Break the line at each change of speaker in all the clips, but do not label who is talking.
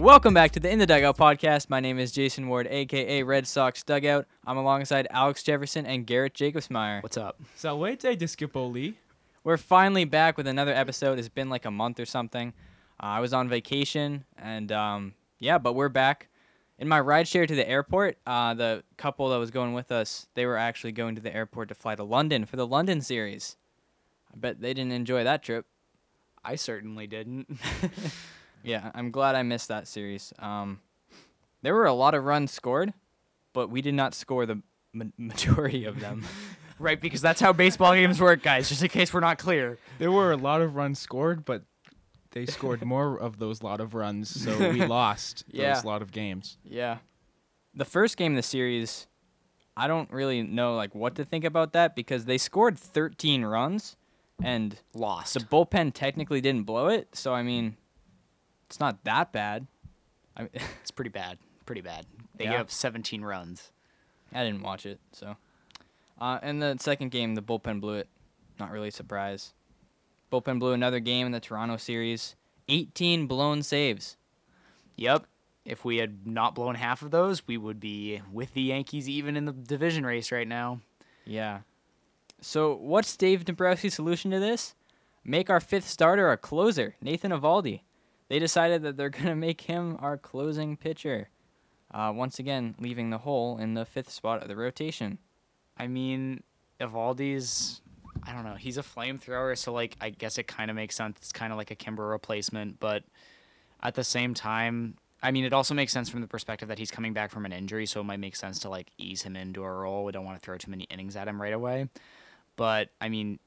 Welcome back to the In the Dugout podcast. My name is Jason Ward, aka Red Sox Dugout. I'm alongside Alex Jefferson and Garrett Jacobsmeyer.
What's up?
Salute discipoli.
We're finally back with another episode. It's been like a month or something. Uh, I was on vacation, and um, yeah, but we're back. In my rideshare to the airport, uh, the couple that was going with us, they were actually going to the airport to fly to London for the London series. I bet they didn't enjoy that trip.
I certainly didn't.
Yeah, I'm glad I missed that series. Um, there were a lot of runs scored, but we did not score the ma- majority of them.
right, because that's how baseball games work, guys, just in case we're not clear.
There were a lot of runs scored, but they scored more of those lot of runs, so we lost
Yeah.
those lot of games.
yeah. The first game of the series, I don't really know like what to think about that because they scored 13 runs and
Lost.
the bullpen technically didn't blow it, so I mean it's not that bad. I mean,
It's pretty bad. Pretty bad. They
Yeah.
gave up 17 runs.
I didn't watch it, so. Uh, and the second game, the bullpen blew it. Not really a surprise. Bullpen blew another game in the Toronto series. 18 blown saves.
Yep. If we had not blown half of those, we would be with the Yankees even in the division race right now.
Yeah. So what's Dave Dombrowski's solution to this? Make our fifth starter a closer, Nathan Avaldi. They decided that they're gonna make him our closing pitcher. Uh, once again, leaving the hole in the fifth spot of the rotation.
I mean, Evaldi's, I don't know, he's a flamethrower, so like I guess it kind of makes sense. It's kind of like a Kimber replacement, but at the same time, I mean, it also makes sense from the perspective that he's coming back from an injury, so it might make sense to like ease him into a role. We don't want to throw too many innings at him right away, but I mean,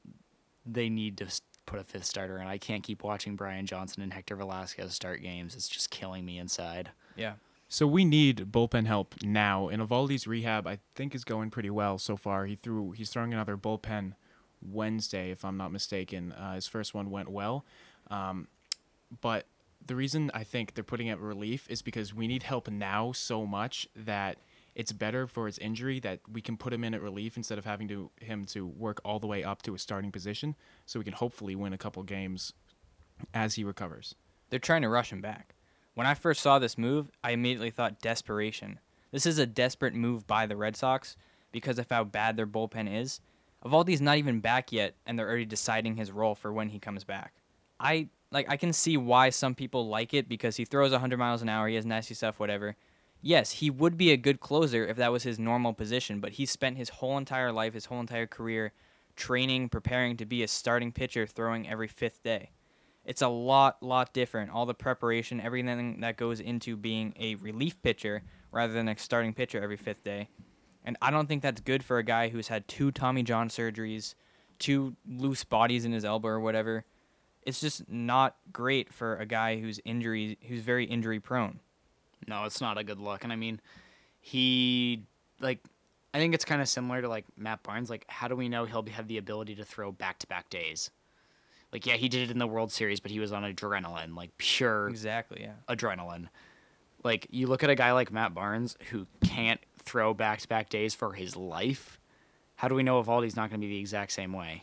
they need to s- put a fifth starter in. I can't keep watching Brian Johnson and Hector Velasquez start games. It's just killing me inside.
Yeah.
So we need bullpen help now, and Evaldi's rehab I think is going pretty well so far. He threw he's throwing another bullpen Wednesday, if I'm not mistaken. Uh, his first one went well, um, but the reason I think they're putting at relief is because we need help now so much that it's better for his injury that we can put him in at relief instead of having to him to work all the way up to a starting position, so we can hopefully win a couple games as he recovers.
They're trying to rush him back. When I first saw this move, I immediately thought desperation. This is a desperate move by the Red Sox because of how bad their bullpen is. Evaldi's not even back yet, and they're already deciding his role for when he comes back. I like I can see why some people like it because he throws 100 miles an hour, he has nasty stuff, whatever. Yes, he would be a good closer if that was his normal position, but he spent his whole entire life, his whole entire career, training, preparing to be a starting pitcher, throwing every fifth day it's a lot lot different all the preparation everything that goes into being a relief pitcher rather than a starting pitcher every fifth day and i don't think that's good for a guy who's had two tommy john surgeries two loose bodies in his elbow or whatever it's just not great for a guy who's injury who's very injury prone
No, it's not a good look. And I mean, he like I think it's kind of similar to like Matt Barnes. Like, how do we know he'll be- have the ability to throw back to back days? Like, yeah, he did it in the World Series, but he was on adrenaline, like pure
exactly yeah
adrenaline. Like, you look at a guy like Matt Barnes who can't throw back to back days for his life. How do we know Evaldi's not going to be the exact same way?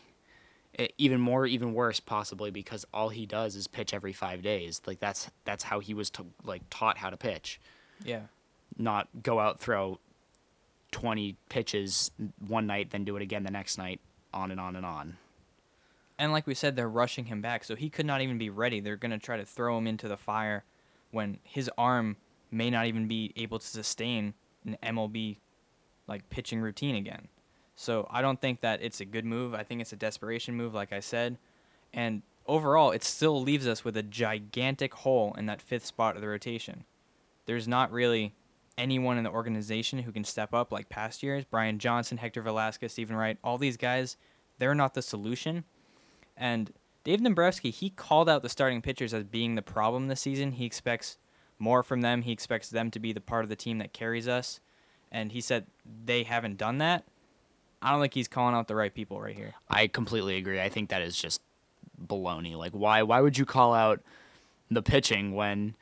E- even more, even worse, possibly because all he does is pitch every five days. Like that's that's how he was t- like taught how to pitch
yeah
not go out throw 20 pitches one night then do it again the next night on and on and on
and like we said, they're rushing him back, so he could not even be ready. They're gonna try to throw him into the fire when his arm may not even be able to sustain an MLB like pitching routine again. So I don't think that it's a good move. I think it's a desperation move, like I said. And overall, it still leaves us with a gigantic hole in that fifth spot of the rotation. There's not really anyone in the organization who can step up like past years. Brian Johnson, Hector Velasquez, Stephen Wright, all these guys, they're not the solution. And Dave Dombrowski, he called out the starting pitchers as being the problem this season. He expects more from them. He expects them to be the part of the team that carries us. And he said they haven't done that. I don't think he's calling out the right people right here.
i completely agree i think that is just baloney like why why would you call out the pitching when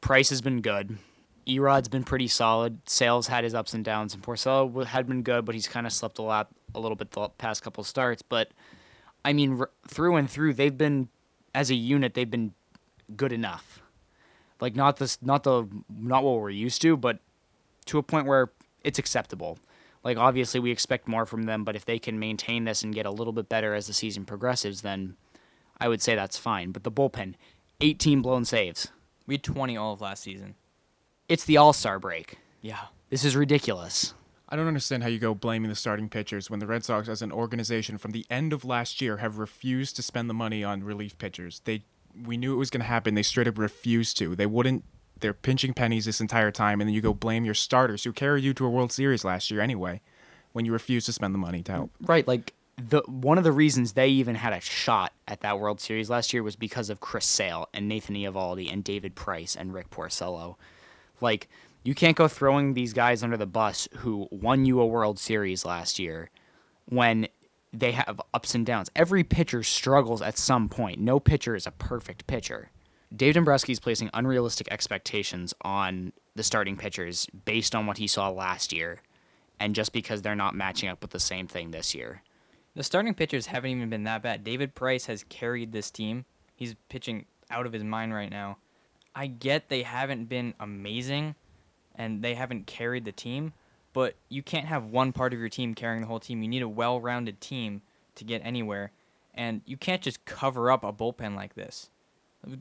price has been good erod's been pretty solid sales had his ups and downs and porcello w- had been good but he's kind of slept a lot a little bit the past couple starts but i mean r- through and through they've been as a unit they've been good enough Like not this, not the, not what we're used to, but to a point where it's acceptable. Like obviously we expect more from them, but if they can maintain this and get a little bit better as the season progresses, then I would say that's fine. But the bullpen, 18 blown saves.
We had 20 all of last season.
It's the All Star break.
Yeah.
This is ridiculous.
I don't understand how you go blaming the starting pitchers when the Red Sox, as an organization, from the end of last year, have refused to spend the money on relief pitchers. They, we knew it was going to happen. They straight up refused to. They wouldn't. They're pinching pennies this entire time, and then you go blame your starters who carried you to a World Series last year anyway, when you refuse to spend the money to help.
Right, like the one of the reasons they even had a shot at that World Series last year was because of Chris Sale and Nathan Eovaldi and David Price and Rick Porcello. Like you can't go throwing these guys under the bus who won you a World Series last year when they have ups and downs. Every pitcher struggles at some point. No pitcher is a perfect pitcher. Dave Dombrowski is placing unrealistic expectations on the starting pitchers based on what he saw last year and just because they're not matching up with the same thing this year.
The starting pitchers haven't even been that bad. David Price has carried this team. He's pitching out of his mind right now. I get they haven't been amazing and they haven't carried the team, but you can't have one part of your team carrying the whole team. You need a well rounded team to get anywhere, and you can't just cover up a bullpen like this.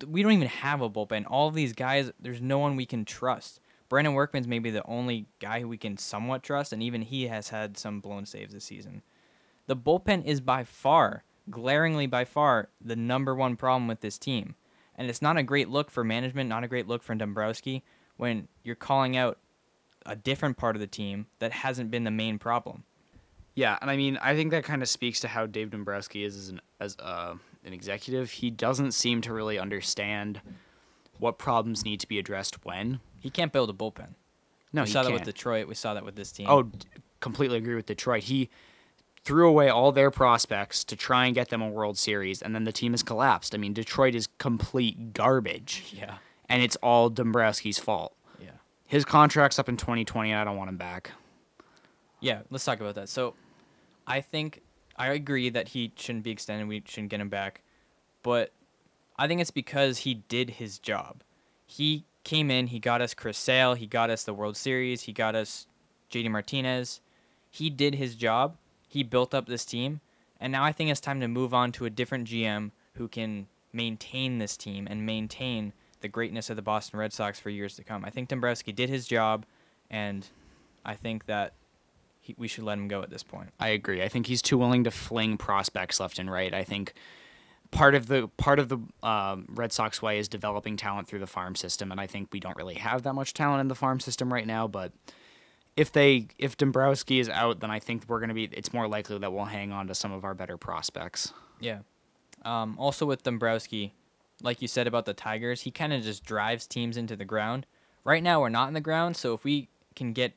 We don't even have a bullpen. All of these guys, there's no one we can trust. Brandon Workman's maybe the only guy who we can somewhat trust, and even he has had some blown saves this season. The bullpen is by far, glaringly by far, the number one problem with this team. And it's not a great look for management, not a great look for Dombrowski when you're calling out a different part of the team that hasn't been the main problem.
Yeah, and I mean, I think that kind of speaks to how Dave Dombrowski is as an as uh, an executive. He doesn't seem to really understand what problems need to be addressed when.
He can't build a bullpen.
No,
we
he
saw that
can't.
with Detroit. We saw that with this team.
Oh, d- completely agree with Detroit. He threw away all their prospects to try and get them a World Series, and then the team has collapsed. I mean, Detroit is complete garbage.
Yeah.
and it's all Dombrowski's fault.
yeah.
His contract's up in 2020, and I don't want him back.
Yeah, let's talk about that. So, I think I agree that he shouldn't be extended. We shouldn't get him back, but I think it's because he did his job. He came in, he got us Chris Sale, he got us the World Series, he got us JD Martinez. He did his job. He built up this team, and now I think it's time to move on to a different GM who can maintain this team and maintain the greatness of the Boston Red Sox for years to come. I think Dombrowski did his job, and I think that he, we should let him go at this point.
I agree. I think he's too willing to fling prospects left and right. I think part of the part of the um, Red Sox way is developing talent through the farm system, and I think we don't really have that much talent in the farm system right now. But if they if Dombrowski is out, then I think we're gonna be. It's more likely that we'll hang on to some of our better prospects.
Yeah. Um, also with Dombrowski, like you said about the Tigers, he kind of just drives teams into the ground. Right now we're not in the ground, so if we can get,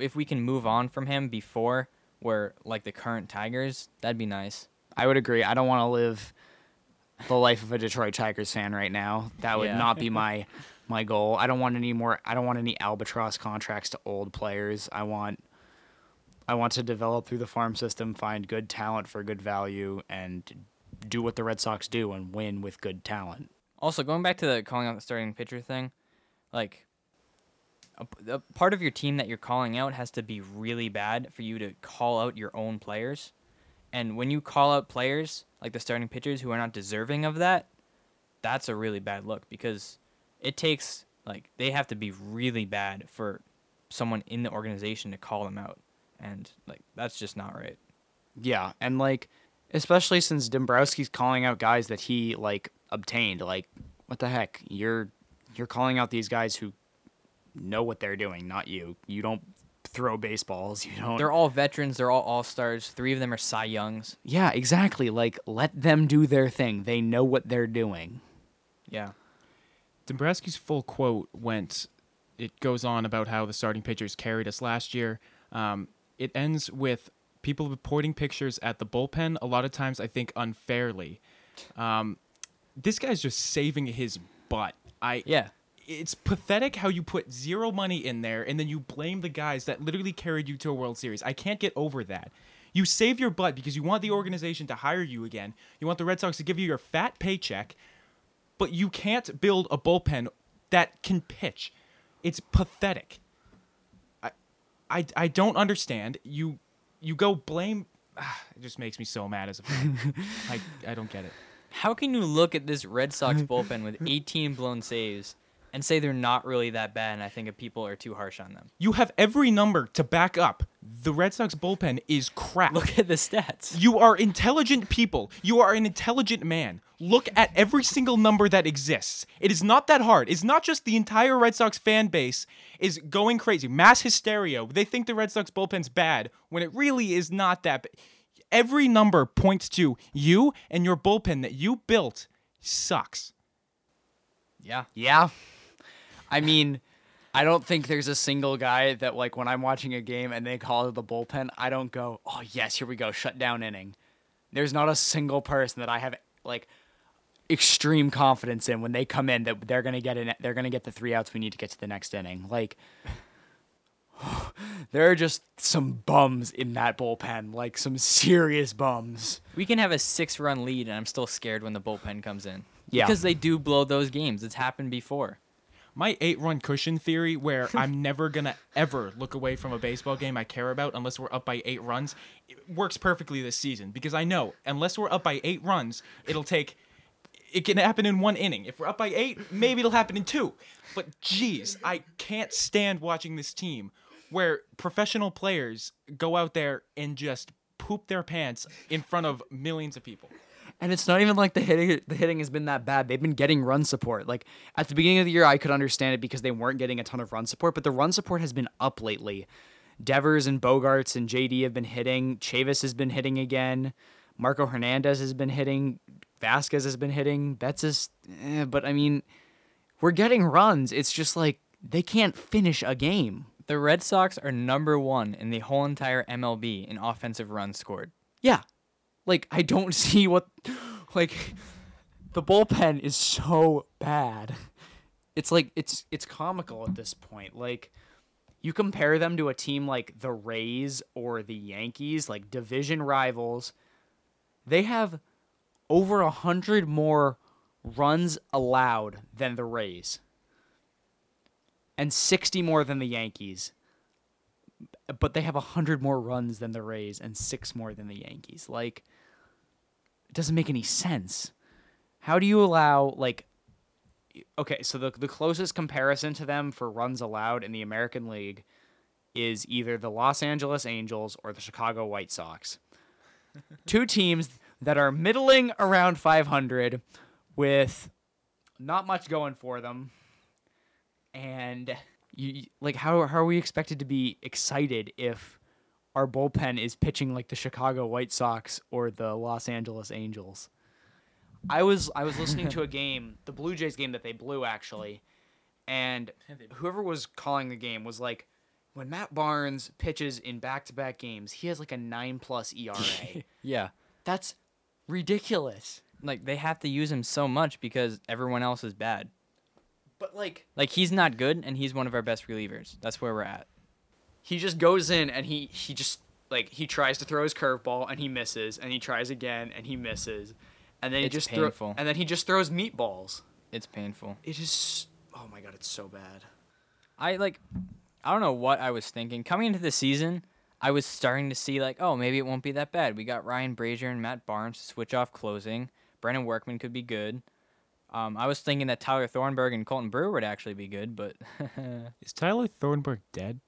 if we can move on from him before we're like the current Tigers, that'd be nice.
I would agree. I don't want to live the life of a Detroit Tigers fan right now. That would
Yeah.
not be my my goal. I don't want any more. I don't want any albatross contracts to old players. I want I want to develop through the farm system, find good talent for good value, and do what the Red Sox do and win with good talent.
Also, going back to the calling out the starting pitcher thing, like a, p- a part of your team that you're calling out has to be really bad for you to call out your own players. And when you call out players like the starting pitchers who are not deserving of that, that's a really bad look because it takes like they have to be really bad for someone in the organization to call them out. And like that's just not right.
Yeah, and like especially since Dombrowski's calling out guys that he like obtained. Like, what the heck? You're you're calling out these guys who know what they're doing, not you. You don't throw baseballs. You don't.
They're all veterans, they're all all-stars. 3 of them are Cy Youngs.
yeah, exactly. Like, let them do their thing. They know what they're doing.
Yeah.
Dombrowski's full quote went, it goes on about how the starting pitchers carried us last year. Um, it ends with people pointing pictures at the bullpen, a lot of times, I think, unfairly. Um, this guy's just saving his butt. I
Yeah.
It's pathetic how you put zero money in there and then you blame the guys that literally carried you to a World Series. I can't get over that. You save your butt because you want the organization to hire you again. You want the Red Sox to give you your fat paycheck but you can't build a bullpen that can pitch. It's pathetic. I, I, I don't understand. You, you go blame. ah, it just makes me so mad as a fan. I, I don't get it.
How can you look at this Red Sox bullpen with 18 blown saves and say they're not really that bad? And I think people are too harsh on them.
You have every number to back up. The Red Sox bullpen is crap.
Look at the stats.
You are intelligent people. You are an intelligent man. Look at every single number that exists. It is not that hard. It's not just the entire Red Sox fan base is going crazy. Mass hysteria. They think the Red Sox bullpen's bad when it really is not that. Ba- every number points to you and your bullpen that you built sucks.
Yeah.
Yeah. I mean, I don't think there's a single guy that like when I'm watching a game and they call the bullpen, I don't go, "Oh, yes, here we go, shut down inning." There's not a single person that I have like extreme confidence in when they come in that they're going to get in they're going to get the three outs we need to get to the next inning. Like there are just some bums in that bullpen, like some serious bums.
We can have a six run lead, and I'm still scared when the bullpen comes in.
Yeah.
Because they do blow those games. It's happened before.
my eight run cushion theory where I'm never gonna ever look away from a baseball game I care about unless we're up by eight runs it works perfectly this season because I know unless we're up by eight runs, it'll take it can happen in one inning. If we're up by eight, maybe it'll happen in two. But geez, I can't stand watching this team where professional players go out there and just poop their pants in front of millions of people.
And it's not even like the hitting the hitting has been that bad. They've been getting run support. Like at the beginning of the year I could understand it because they weren't getting a ton of run support, but the run support has been up lately. Devers and Bogarts and JD have been hitting. Chavis has been hitting again. Marco Hernandez has been hitting. Vasquez has been hitting. Betts is eh, but I mean we're getting runs. It's just like they can't finish a game.
The Red Sox are number one in the whole entire MLB in offensive runs scored.
Yeah. Like I don't see what like the bullpen is so bad. It's like it's it's comical at this point. Like you compare them to a team like the Rays or the Yankees, like division rivals, they have over a hundred more runs allowed than the Rays. And sixty more than the Yankees but they have 100 more runs than the Rays and six more than the Yankees. Like, it doesn't make any sense. How do you allow, like, okay, so the, the closest comparison to them for runs allowed in the American League is either the Los Angeles Angels or the Chicago White Sox. Two teams that are middling around 500 with not much going for them and you you- like how how are we expected to be excited if our bullpen is pitching like the Chicago White Sox or the Los Angeles Angels? I was I was listening to a game, the Blue Jays game that they blew actually, and whoever was calling the game was like, when Matt Barnes pitches in back to back games, he has like a nine plus ERA.
Yeah.
That's ridiculous.
Like, they have to use him so much because everyone else is bad.
But like
Like, he's not good, and he's one of our best relievers. That's where we're at.
he just goes in and he he just like he tries to throw his curveball and he misses and he tries again and he misses and then he
It's
just
painful.
throw, and then he just throws meatballs
It's painful.
it is oh my god it's so bad
I like I don't know what I was thinking. Coming into the season, I was starting to see like, oh, maybe it won't be that bad. We got Ryan Brazier and Matt Barnes to switch off closing. Brandon Workman could be good. Um, I was thinking that Tyler Thornburg and Colton Brewer would actually be good, but
Is Tyler Thornburg dead?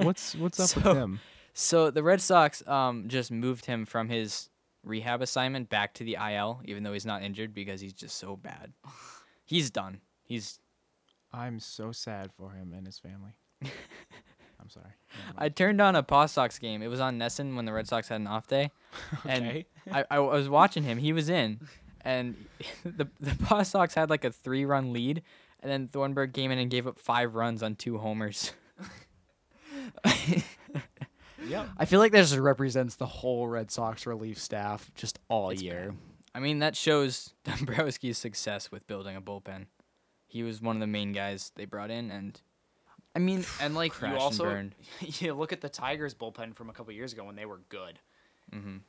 What's what's
up with So- him? so the Red Sox um, just moved him from his rehab assignment back to the IL, even though he's not injured because he's just so bad. He's done. He's.
I'm so sad for him and his family. I'm sorry. Never mind.
I turned on a Paw Sox game. It was on Nesson when the Red Sox had an off day.
Okay.
And I, I was watching him. He was in, and the the Paw Sox had like a three run lead, and then Thornburg came in and gave up five runs on two homers.
i feel like that just represents the whole red sox relief staff just all year
I mean, that shows Dombrowski's success with building a bullpen. He was one of the main guys they brought in, and
i mean and like
Crashed
you
and
also
burned.
you look at the tigers bullpen from a couple years ago when they were good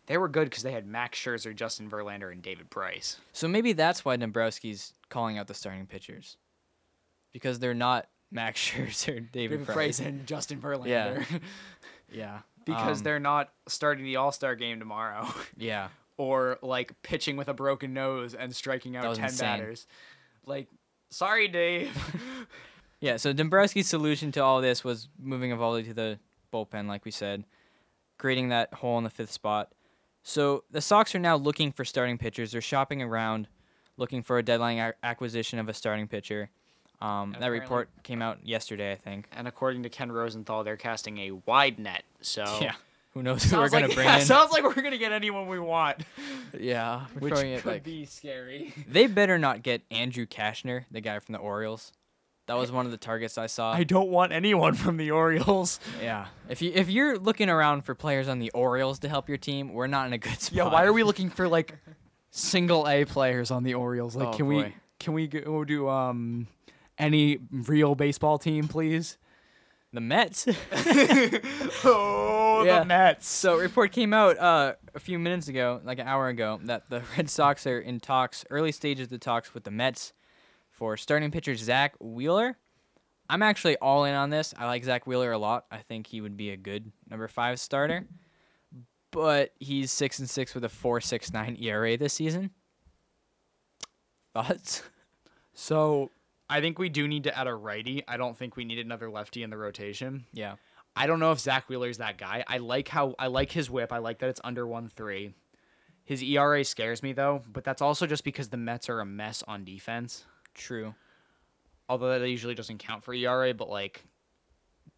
they were good because they had max scherzer justin verlander and david price
so maybe that's why Dombrowski's calling out the starting pitchers. because they're not Max Scherzer, David,
David
Price.
Price and Justin
Yeah.
Verlander.
Yeah,
because
Um,
they're not starting the All Star game tomorrow
yeah.
or like pitching with a broken nose and striking
That
out
was
10
insane.
batters. Like, sorry, Dave.
Yeah, so Dombrowski's solution to all this was moving Evaldi to the bullpen, like we said, creating that hole in the fifth spot. So the Sox are now looking for starting pitchers. They're shopping around, looking for a deadline ac- acquisition of a starting pitcher. Um, that
Apparently-
report came out yesterday, I think.
and according to Ken Rosenthal, they're casting a wide net. So.
Who knows who we're
Oh. Sounds
going
like-
to bring
yeah,
in?
Sounds like we're gonna get anyone we want,
yeah. we're
which
throwing
could
it, like-
be scary.
They better not get Andrew Kashner, the guy from the Orioles. That was one of the targets I saw.
I don't want anyone from the Orioles.
yeah. If you if you're looking around for players on the Orioles to help your team, we're not in a good spot.
Yeah, why are we looking for like single A players on the Orioles? Like,
Oh,
can
boy.
we can we go do um any real baseball team, please?
the Mets?
Oh,
Yeah.
Mets.
So a report came out uh, a few minutes ago, like an hour ago, that the Red Sox are in talks, early stages of the talks with the Mets for starting pitcher Zach Wheeler. I'm actually all in on this. I like Zach Wheeler a lot. I think he would be a good number five starter. But he's six and six with a four six nine ERA this season. Thoughts?
So I think we do need to add a righty. I don't think we need another lefty in the rotation.
Yeah.
I don't know if Zach Wheeler's that guy. I like how I like his whip. I like that it's under one three. His ERA scares me though, but that's also just because the Mets are a mess on defense.
True.
Although that usually doesn't count for ERA, but like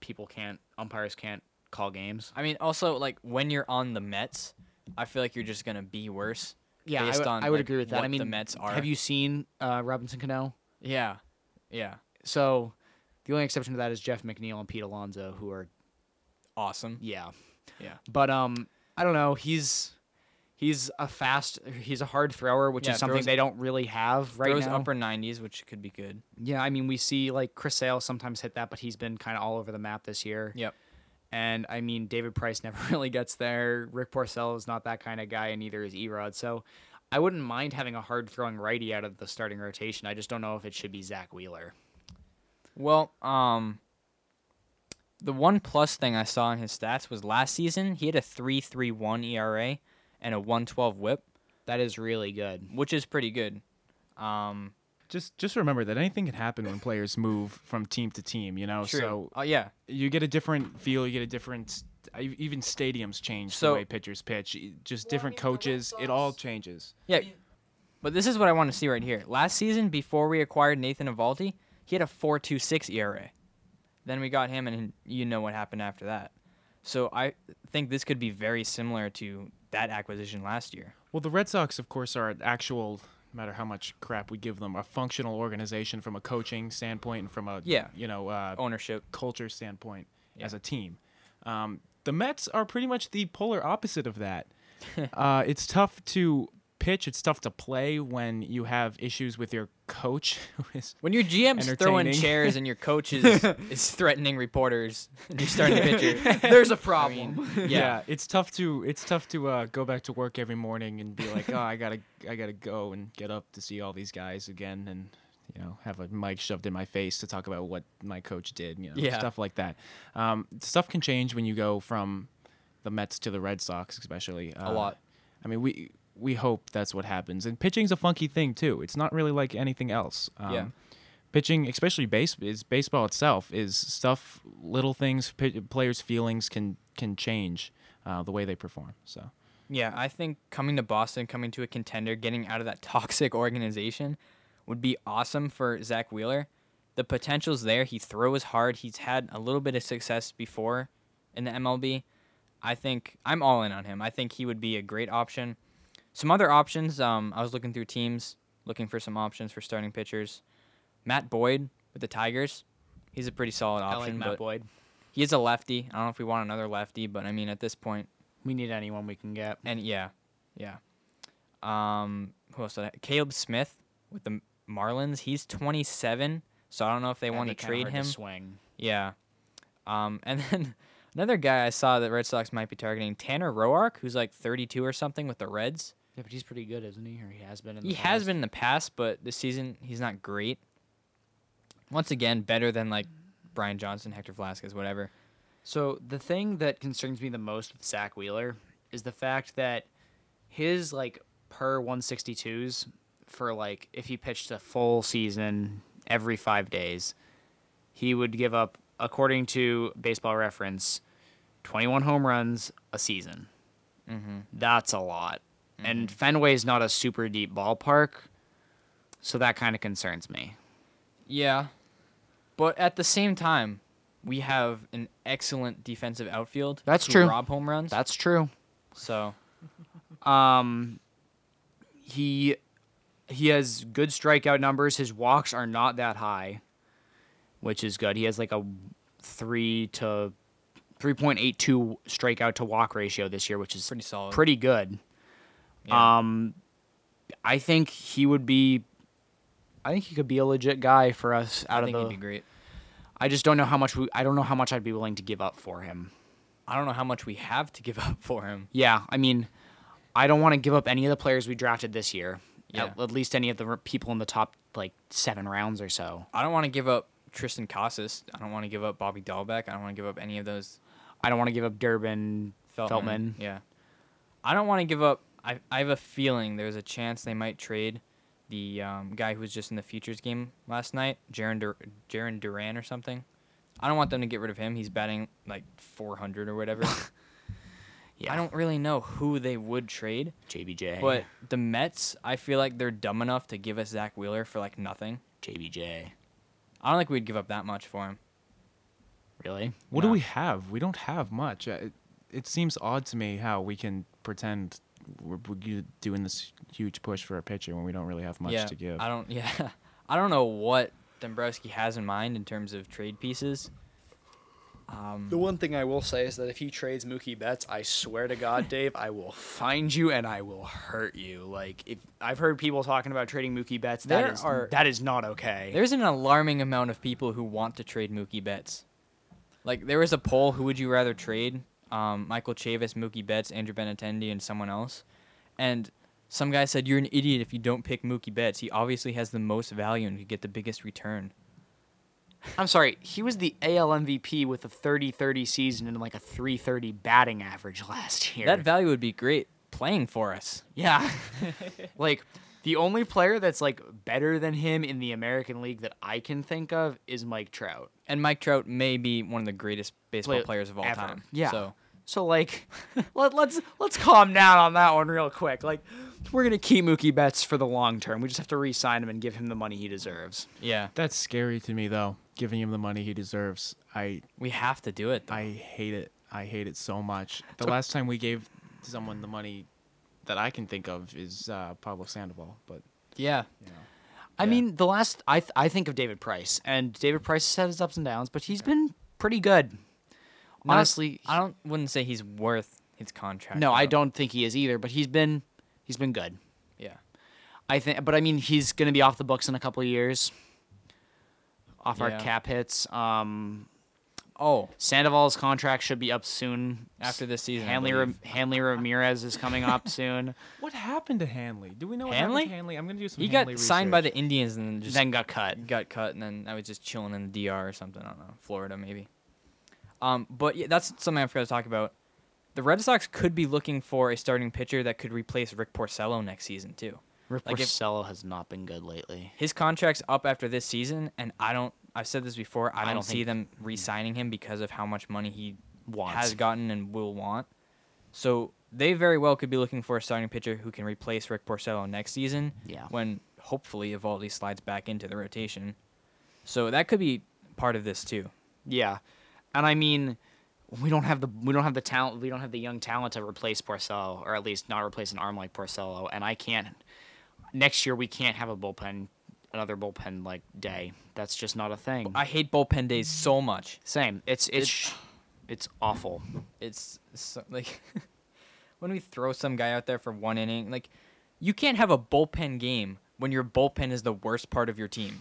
people can't umpires can't call games.
I mean, also like when you're on the Mets, I feel like you're just gonna be worse.
Yeah,
based
I would,
on
I would
like,
agree with that.
What
I mean,
the Mets are.
Have you seen uh, Robinson Cano?
Yeah, yeah,
So the only exception to that is Jeff McNeil and Pete Alonso, who are
awesome.
Yeah.
Yeah.
But um I don't know, he's he's a fast he's a hard thrower, which
Yeah,
is something
throws-
they don't really have right
Throws
now.
upper 90s, which could be good.
yeah, I mean we see like Chris Sale sometimes hit that, but he's been kind of all over the map this year.
Yep.
And I mean David Price never really gets there. Rick Porcello is not that kind of guy and neither is Erod. So I wouldn't mind having a hard throwing righty out of the starting rotation. I just don't know if it should be Zach Wheeler.
Well, um, the one plus thing I saw in his stats was last season he had a 3.31 ERA and E a 112 WHIP,
That is really good.
which is pretty good. Um,
Just just remember that anything can happen when players move from team to team. You know,
true.
so
oh yeah,
you get a different feel. You get a different. I- Even stadiums change
So-
the way pitchers pitch. e, Just different coaches. It all changes.
yeah. But this is what I want to see right here. Last season, before we acquired Nathan Avaldi, he had a 4.26 ERA. E Then we got him, and you know what happened after that. So I think this could be very similar to that acquisition last year.
Well, the Red Sox, of course, are an actual. No matter how much crap we give them, a functional organization from a coaching standpoint and from a
Yeah.
you know uh,
Ownership.
culture standpoint as a team. Um, the Mets are pretty much the polar opposite of that. uh, it's tough to pitch. It's tough to play when you have issues with your coach. Who is
When your GM's throwing
Entertaining.
chairs and your coach is, is threatening reporters and you're starting to pitcher, there's a problem. yeah.
yeah. it's tough to it's tough to uh, go back to work every morning and be like, oh, I gotta I gotta go and get up to see all these guys again and. You know, have a mic shoved in my face to talk about what my coach did. You know,
Yeah.
stuff like that. Um, stuff can change when you go from the Mets to the Red Sox, especially. Uh,
lot.
I mean, we we hope that's what happens. And pitching's a funky thing too. It's not really like anything else. Um,
Yeah.
Pitching, especially base, is baseball itself is stuff. Little things, pi players' feelings can can change uh, the way they perform. So
Yeah, I think coming to Boston, coming to a contender, getting out of that toxic organization would be awesome for Zach Wheeler. The potential's there. He throws hard. He's had a little bit of success before in the MLB. I think I'm all in on him. I think he would be a great option. Some other options, um, I was looking through teams, looking for some options for starting pitchers. Matt Boyd with the Tigers. He's a pretty solid
I like
option,
Matt
but
Boyd.
he is a lefty. I don't know if we want another lefty, but I mean at this point,
We need anyone we can get.
and yeah, yeah. Um, who else? Did I, Caleb Smith with the Marlins. He's 27, so I don't know if they
That'd
want
be
to
kinda
trade
hard
him.
swing.
yeah. Um, and then another guy I saw that Red Sox might be targeting, Tanner Roark, who's like 32 or something with the Reds.
Yeah, but he's pretty good, isn't he? Or he has been. In the
He has been in the past, but this season he's not great. Once again, better than like Brian Johnson, Hector Velasquez, whatever.
So the thing that concerns me the most with Zach Wheeler is the fact that his like per 162s for like if he pitched a full season every 5 days, he would give up according to baseball reference 21 home runs a season. Mm-hmm. That's a lot. And Fenway is not a super deep ballpark, so that kind of concerns me.
Yeah. But at the same time, we have an excellent defensive outfield.
That's
who
true.
Rob home runs.
That's true.
so
Um, he he has good strikeout numbers. His walks are not that high, which is good. He has like a three to three point eight two strikeout to walk ratio this year, which is
pretty solid.
pretty good.
Yeah.
Um, I think he would be. I think he could be a legit guy for us out
I
of
think
the.
he'd be great.
I just don't know how much we. I don't know how much I'd be willing to give up for him.
I don't know how much we have to give up for him.
Yeah, I mean, I don't want to give up any of the players we drafted this year.
Yeah.
At, at least any of the r- people in the top like seven rounds or so.
I don't want to give up Tristan Casas. I don't want to give up Bobby Dahlbeck. I don't want to give up any of those
I don't want to give up Durbin, Feltman.
Feltman. Yeah. I don't want to give up. I, I have a feeling there's a chance they might trade the um, guy who was just in the futures game last night, Jaron, Dur- Jaron Duran or something. I don't want them to get rid of him. He's batting like 400 or whatever.
Yeah.
I don't really know who they would trade,
JBJ.
but the Mets, I feel like they're dumb enough to give us Zach Wheeler for like nothing.
JBJ.
I don't think we'd give up that much for him.
Really?
What
No.
do we have? We don't have much. Uh, It, it seems odd to me how we can pretend we're, we're g- doing this huge push for a pitcher when we don't really have much
yeah,
to give.
I don't. Yeah, I don't know what Dombrowski has in mind in terms of trade pieces. Um,
The one thing I will say is that if he trades Mookie Betts, I swear to God, Dave, I will find you and I will hurt you. Like if I've heard people talking about trading Mookie Betts, that is
There are-
that is not okay.
There's an alarming amount of people who want to trade Mookie Betts. Like there was a poll: Who would you rather trade? Um, Michael Chavis, Mookie Betts, Andrew Benatendi, and someone else. And some guy said, "You're an idiot if you don't pick Mookie Betts. He obviously has the most value and could get the biggest return."
I'm sorry. He was the AL MVP with a 30-30 season and like a 330 batting average last year.
That value would be great playing for us.
yeah. like the only player that's like better than him in the American League that I can think of is Mike Trout.
And Mike Trout may be one of the greatest baseball
play-
players of all
ever.
time.
Yeah.
So
So like, let, let's let's calm down on that one real quick. Like, we're gonna keep Mookie Betts for the long term. We just have to re-sign him and give him the money he deserves.
yeah,
That's scary to me though. Giving him the money he deserves. I
we have to do it. Though.
I hate it. I hate it so much. The last time we gave someone the money that I can think of is uh, Pablo Sandoval, but
yeah.
I mean, the last I th- I think of David Price, and David Price has had his ups and downs, but he's been pretty good.
Not-
Honestly,
I don't wouldn't say he's worth his contract.
no, I
though.
don't think he is either. But he's been he's been good.
Yeah.
I think, but I mean, he's gonna be off the books in a couple of years. Off our
Yeah.
cap hits. Um,
Oh,
Sandoval's contract should be up soon.
after this season. I
Hanley,
believe.
Ram- Hanley Ramirez is coming up soon.
what happened to Hanley? Do we know what
Hanley?
happened to Hanley? I'm gonna do some.
he got
Hanley
signed by
research.
the Indians and then just
Then got cut.
got cut, and then I was just chilling in the DR or something. I don't know, Florida maybe. Um, but yeah, that's something I forgot to talk about. The Red Sox could be looking for a starting pitcher that could replace Rick Porcello next season too.
Rick
Like if-
Porcello has not been good lately.
His contract's up after this season, and I don't. I've said this before. I don't,
don't
see them
think-
re-signing him because of how much money he
Wants.
has gotten and will want. So they very well could be looking for a starting pitcher who can replace Rick Porcello next season.
Yeah.
When hopefully Evaldi slides back into the rotation. So that could be part of this too.
Yeah, and I mean, we don't have the we don't have the talent. We don't have the young talent to replace Porcello, or at least not replace an arm like Porcello. And I can't. Next year we can't have a bullpen, another bullpen like day. That's just not a thing.
I hate bullpen days so much.
Same. It's it's it's awful.
It's so, like when we throw some guy out there for one inning, like you can't have a bullpen game when your bullpen is the worst part of your team.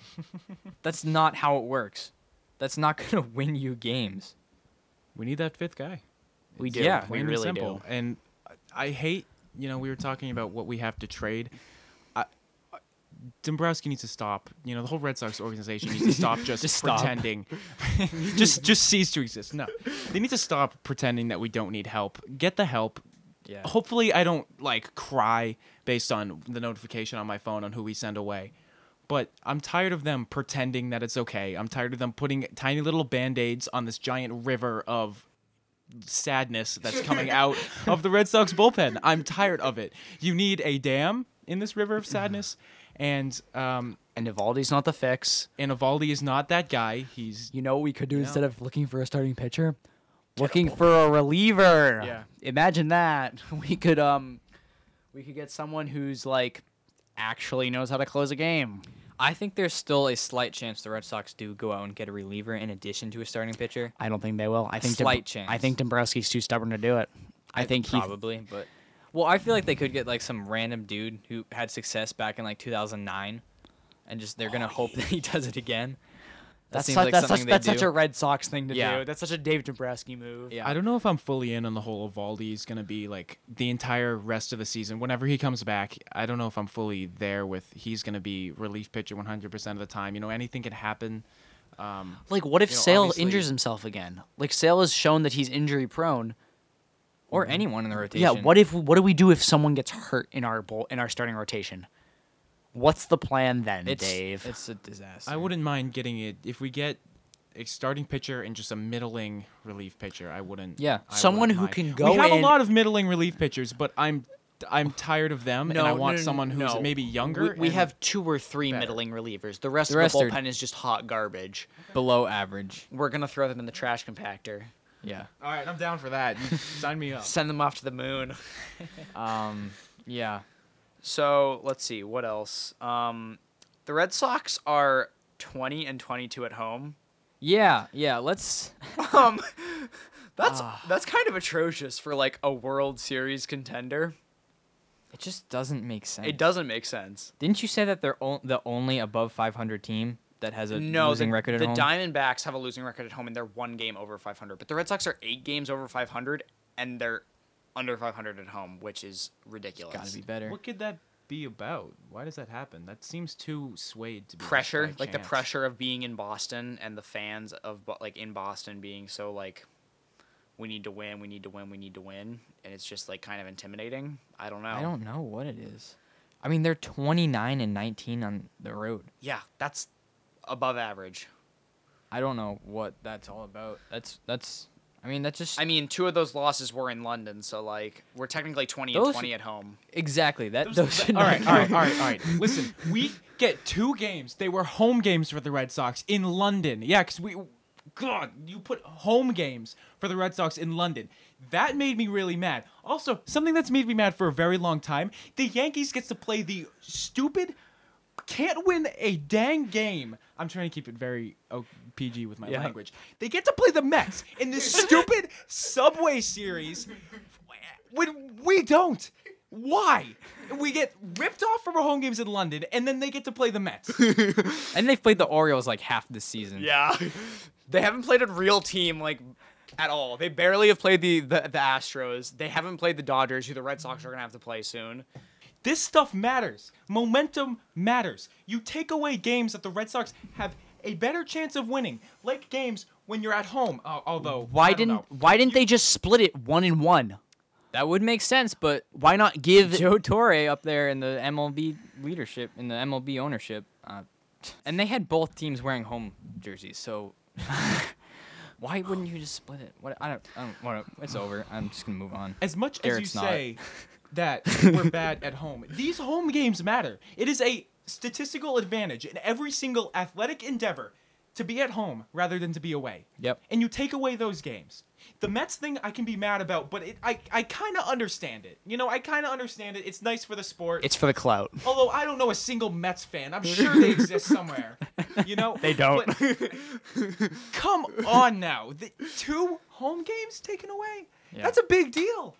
That's not how it works. That's not going to win you games.
We need that fifth guy.
We
It's-
do.
yeah,
we
plain and
really
simple.
do.
And I I hate, you know, we were talking about what we have to trade. I, I- Dombrowski needs to stop. You know, the whole Red Sox organization needs to stop just,
Just stop.
pretending. just just cease to exist. No. They need to stop pretending that we don't need help. Get the help.
Yeah.
Hopefully I don't like cry based on the notification on my phone on who we send away. But I'm tired of them pretending that it's okay. I'm tired of them putting tiny little band-aids on this giant river of sadness that's coming out of the Red Sox bullpen. I'm tired of it. You need a dam in this river of sadness, and um,
And Ivaldi's not the fix.
and Evaldi is not that guy. He's
You know what we could do instead of looking for a starting pitcher? Looking for a reliever.
Yeah.
Imagine that. We could um we could get someone who's like actually knows how to close a game.
I think there's still a slight chance the Red Sox do go out and get a reliever in addition to a starting pitcher.
I don't think they will. I think Dom-
Slight chance.
I think Dombrowski's too stubborn to do it. I, think he
probably, but well, I feel like they could get like some random dude who had success back in like 2009, and just they're gonna hope that he does it again. That
Oh, that's,
seems
such,
like
that's,
something
such,
they
that's
do.
such a Red Sox thing to
Yeah.
do. That's such a Dave Dombrowski move.
yeah.
I don't know if I'm fully in on the whole Evaldi is going to be like the entire rest of the season. Whenever he comes back, I don't know if I'm fully there with he's going to be relief pitcher 100% of the time. You know, anything can happen. Um,
Like, what if
You know,
Sale
obviously-
injures himself again? Like, Sale has shown that he's injury prone.
or anyone in the rotation.
Yeah. What if? What do we do if someone gets hurt in our bowl in our starting rotation? What's the plan then,
it's,
Dave?
It's a disaster.
I wouldn't mind getting it if we get a starting pitcher and just a middling relief pitcher. I wouldn't.
Yeah.
I
Someone
wouldn't
who
mind.
can
We
go
have a
in-
lot of middling relief pitchers, but I'm I'm tired of them, and I
No,
want
no,
someone who's
no.
maybe younger.
we, we
and-
have two or three
better.
middling relievers. The rest
The rest
of the
are-
bullpen is just hot garbage.
below average.
We're gonna throw them in the trash compactor.
Yeah.
All right, I'm down for that. You Sign me up.
Send them off to the moon.
Um. Yeah.
So let's see what else. Um, the Red Sox are twenty and twenty-two at home.
Yeah. Yeah. Let's.
Um, that's
Ah.
that's kind of atrocious for like a World Series contender.
It just doesn't make sense.
It doesn't make sense.
Didn't you say that they're on, the only above 500 team that has a
No,
losing
the,
record at
the
home?
Diamondbacks have a losing record at home, and they're one game over 500. But the Red Sox are eight games over 500, and they're under 500 at home, which is ridiculous.
Gotta be better.
What could that be about? Why does that happen? That seems too swayed to be just
pressure,
by
like the
chance.
pressure of being in Boston and the fans of Bo- like in Boston being so like, we need to win, we need to win, we need to win, and it's just like kind of intimidating. I don't know.
I don't know what it is. I mean, they're 29 and 19 on the road.
Yeah, that's above average.
I don't know what that's all about. That's that's. I mean, that's just
I mean, two of those losses were in London, so like we're technically 20
Those-
and 20 at home.
exactly that.
Those-
Those should
all
not
right, all right,
count.
all right, all right. Listen, we get two games. They were home games for the Red Sox in London. Yeah, because we, God, you put home games for the Red Sox in London. That made me really mad. Also, something that's made me mad for a very long time: the Yankees gets to play the stupid. Can't win a dang game. I'm trying to keep it very oh, PG with my
Yeah.
language. They get to play the Mets in this stupid Subway Series when we don't. Why? We get ripped off from our home games in London, and then they get to play the Mets.
And they've played the Orioles like half the season.
Yeah, they haven't played a real team like at all. They barely have played the, the the Astros. They haven't played the Dodgers, who the Red Sox are gonna have to play soon.
this stuff matters. Momentum matters. You take away games that the Red Sox have a better chance of winning, like games when you're at home. Uh, although, I
Why
don't
didn't
know.
Why didn't they just split it one and one?
That would make sense, but
Why not give
Joe Torre up there in the MLB leadership, in the MLB ownership, uh, and they had both teams wearing home jerseys. So why wouldn't you just split it? What I don't, I don't want to. It's over. I'm just gonna move on.
as much
Garrett's
as you
not.
say that we're bad at home, these home games matter. It is a statistical advantage in every single athletic endeavor to be at home rather than to be away.
Yep.
And you take away those games. The Mets thing I can be mad about, but it, I, I kind of understand it. You know, I kind of understand it. It's nice for the sport.
It's for the clout.
Although I don't know a single Mets fan. I'm sure they exist somewhere. You know? They
don't.
come on now. The, two home games taken away?
Yeah.
That's a big deal.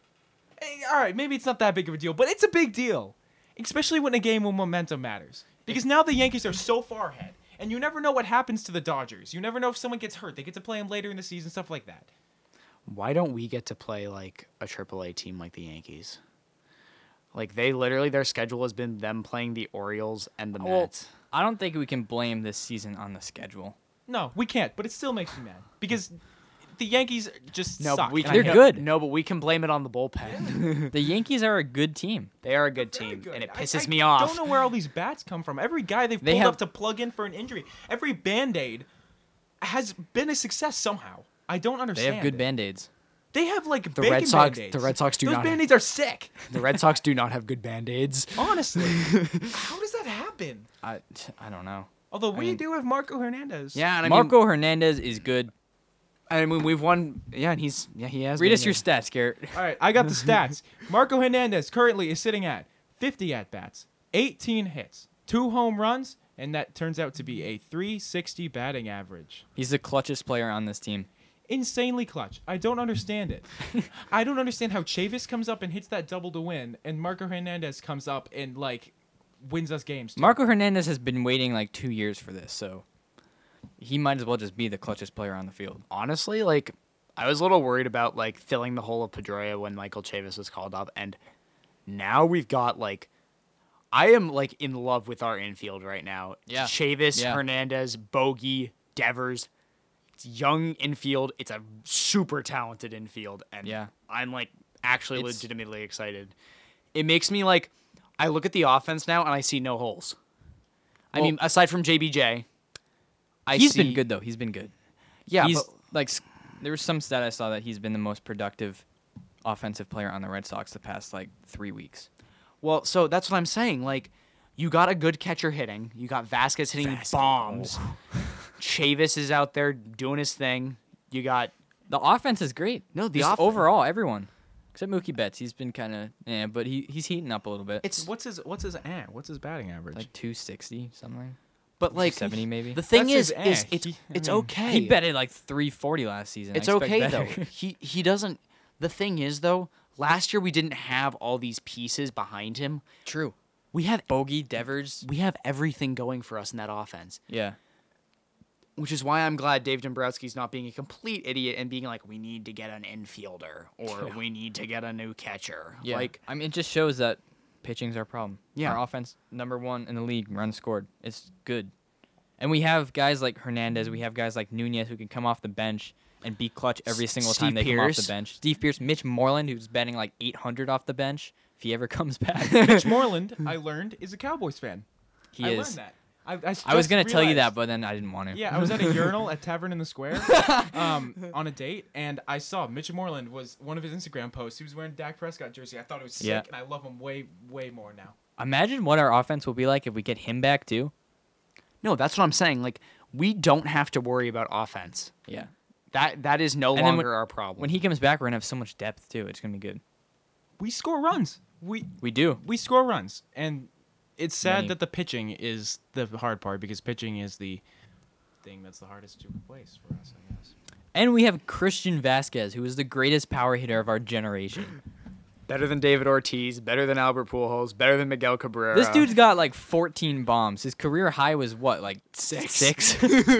Eh, All right, maybe it's not that big of a deal, but it's a big deal. Especially when a game when momentum matters. Because now the Yankees are so far ahead. And you never know what happens to the Dodgers. You never know if someone gets hurt. They get to play them later in the season, stuff like that.
Why don't we get to play like a AAA team like the Yankees? Like they literally their schedule has been them playing the Orioles and the
Well,
Mets.
I don't think we can blame this season on the schedule.
No, we can't. But it still makes me mad because the Yankees just
No,
suck.
but we
and I
can
They're
hate-
no,
good.
No, but we can blame it on the bullpen.
The Yankees are a good team.
they are a good team,
good.
and it
I-
pisses
I
me off.
don't know where all these bats come from. Every guy they've
They
pulled
have-
up to plug in for an injury, every band aid has been a success somehow. I don't
They
understand.
have good
it.
band aids.
They have like
The
bacon
Red Sox-
Band-Aids.
the Red Sox do
Those
not have-
band aids are sick.
The Red Sox do not have good band aids.
Honestly, how does that happen?
I, I don't know.
Although we
mean-
do have Marco Hernandez.
Yeah, and I
Marco Hernandez is good.
mean, I mean we've won. Yeah, and he's yeah he has.
Read
been
us your
good.
stats, Garrett.
All right, I got the stats. Marco Hernandez currently is sitting at 50 at bats, 18 hits, two home runs, and that turns out to be a 360 batting average.
He's the clutchest player on this team.
Insanely clutch. I don't understand it. I don't understand how Chavis comes up and hits that double to win, and Marco Hernandez comes up and like wins us games. too.
Marco Hernandez has been waiting like two years for this, so he might as well just be the clutchest player on the field.
honestly, like I was a little worried about like filling the hole of Pedroia when Michael Chavis was called up, and now we've got like I am like in love with our infield right now.
Yeah.
Chavis,
Yeah.
Hernandez, Bogey, Devers. It's young infield. It's a super talented infield, and
Yeah.
I'm like actually
It's-
legitimately excited. It makes me like I look at the offense now and I see no holes. I
Well-
mean, aside from JBJ, I
He's
see-
been good though. He's been good.
Yeah,
he's
but-
like s- there was some stat I saw that he's been the most productive offensive player on the Red Sox the past like three weeks.
Well, so that's what I'm saying. Like, you got a good catcher hitting. You got Vasquez hitting bombs. Chavis is out there doing his thing. You got
The offense is great.
No, the
Just
off-
overall everyone except Mookie Betts, he's been kind of yeah, but he he's heating up a little bit.
it's
What's his what's his eh, what's his batting average?
like 260 something.
but like
70 maybe?
The thing
That's his
is, is
eh.
it's
He- I
it's
mean,
okay.
He betted like 340 last season. I
It's
expect
okay
better.
though. He he doesn't. The thing is though, last year we didn't have all these pieces behind him.
True.
We have
Bogey Devers.
we have everything going for us in that offense.
Yeah.
which is why I'm glad Dave Dombrowski's not being a complete idiot and being like, we need to get an infielder or we need to get a new catcher.
Yeah.
Like,
I mean, it just shows that pitching's our problem.
Yeah.
Our offense, number one in the league, runs scored. It's good. And we have guys like Hernandez. We have guys like Nunez who can come off the bench and be clutch every
S-
single
Steve
time they come off
Pearce.
the bench. Steve Pierce, Mitch Moreland, who's batting like 800 off the bench if he ever comes back.
Mitch Moreland, I learned, is a Cowboys fan.
he
I
is.
learned that. I, I,
I was
just
gonna tell you
realized.
that, but then I didn't want to.
Yeah, I was at a urinal at Tavern in the Square um, on a date, and I saw Mitch Moreland was one of his Instagram posts. He was wearing a Dak Prescott jersey. I thought it was sick,
Yeah.
and I love him way, way more now.
Imagine what our offense will be like if we get him back too.
no, that's what I'm saying. Like, we don't have to worry about offense.
Yeah.
That That is no
And then when-
longer our problem.
When he comes back, we're gonna have so much depth too. It's gonna be good.
We score runs. We
We do.
we score runs, and it's sad
Many.
that the pitching is the hard part because pitching is the thing that's the hardest to replace for us. I guess.
And we have Christian Vasquez, who is the greatest power hitter of our generation.
better than David Ortiz, better than Albert Pujols, better than Miguel Cabrera.
This dude's got like 14 bombs. His career high was what, like six? Six.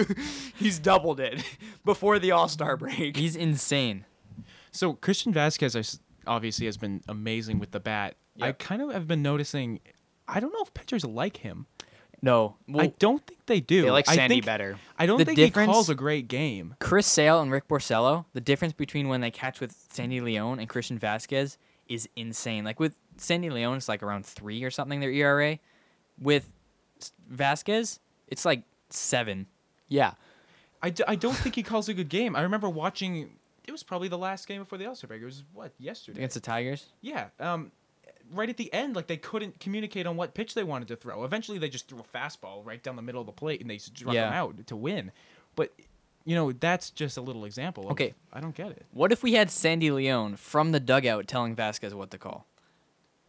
He's doubled it before the All Star break.
He's insane.
So Christian Vasquez is- obviously has been amazing with the bat. I
Yep.
kind of have been noticing. I don't know if pitchers like him.
No, well,
I don't think they do.
They like
I
Sandy
think-
better.
I don't
The
think
difference-
he calls a great game.
Chris Sale and Rick Porcello. The difference between when they catch with Sandy Leone and Christian Vasquez is insane. Like with Sandy Leone, it's like around three or something their ERA. With S- Vasquez, it's like seven.
Yeah.
I, d- I don't think he calls a good game. I remember watching. It was probably the last game before the All Star break. It was what yesterday.
Against the Tigers,
yeah. Um, right at the end, like they couldn't communicate on what pitch they wanted to throw. Eventually, they just threw a fastball right down the middle of the plate, and they struck
Yeah.
him out to win. But you know, that's just a little example. Of,
Okay.
I don't get it.
what if we had Sandy Leone from the dugout telling Vasquez what to call?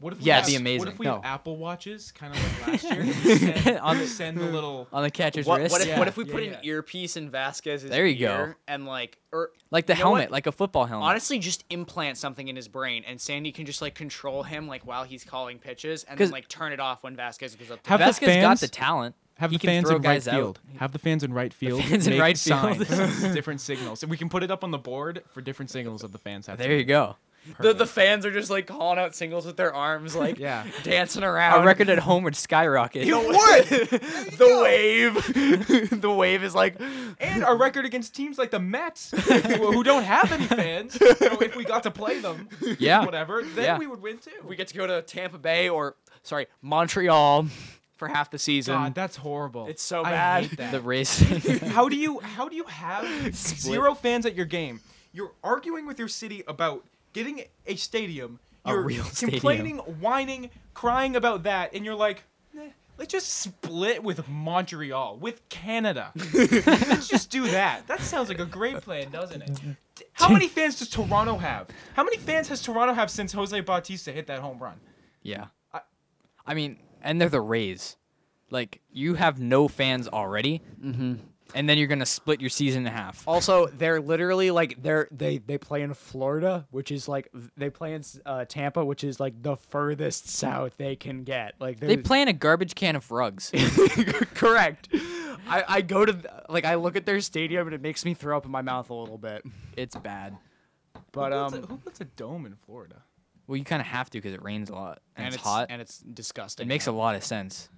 What if we
Yes.
have,
That'd
be
What
amazing.
if we
No.
have Apple watches, kind of like last year? and we send,
On the-
send the little.
on the catcher's
What,
wrist.
what if,
Yeah.
what if we
Yeah,
put
yeah.
an earpiece in Vasquez's
There you go.
ear and like, or
Like the
You know what?
helmet, like a football helmet.
honestly just implant something in his brain and sandy can just like control him like while he's calling pitches and
'Cause-
then like turn it off when vasquez goes up to
Have the
Vasquez got
fans-
the talent.
Have
he
the
can
fans
throw
in right
guys out.
field. Have the fans in right field.
fans in
make
right field.
signs, different signals, and we can put it up on the board for different signals that the fans have. to
There you
make.
go.
The, the fans are just like calling out singles with their arms, like
Yeah.
dancing
Our
around.
record at home would skyrocket.
You know what? the wave, the wave is like
and our record against teams like the Mets, who who don't have any fans. So if we got to play them,
Yeah.
whatever, then
Yeah.
we would win too.
we get to go to Tampa Bay or sorry Montreal for half the season.
God, that's horrible.
It's so
I
bad.
hate that.
The racing.
how do you how do you have zero fans at your game? You're arguing with your city about getting a stadium.
A
You're
real stadium.
complaining, whining, crying about that, and you're like, "Nah, let's just split with Montreal, with Canada. let's just do that. That sounds like a great plan, doesn't it? How many fans does Toronto have? How many fans has Toronto have since Jose Bautista hit that home run?
yeah. I,
I-
mean, and they're the Rays. Like you have no fans already, mm-hmm. and then you're gonna split your season in half.
Also, they're literally like they're they they play in Florida, which is like they play in uh, Tampa, which is like the furthest south they can get. Like
They
there's-
play in a garbage can of rugs.
correct. I, I go to th- like I look at their stadium and it makes me throw up in my mouth a little bit.
it's bad.
But
Who puts
um,
a- who puts a dome in Florida?
Well, you kind of have to because it rains a lot and, it's, hot.
and it's disgusting.
it makes a lot of sense.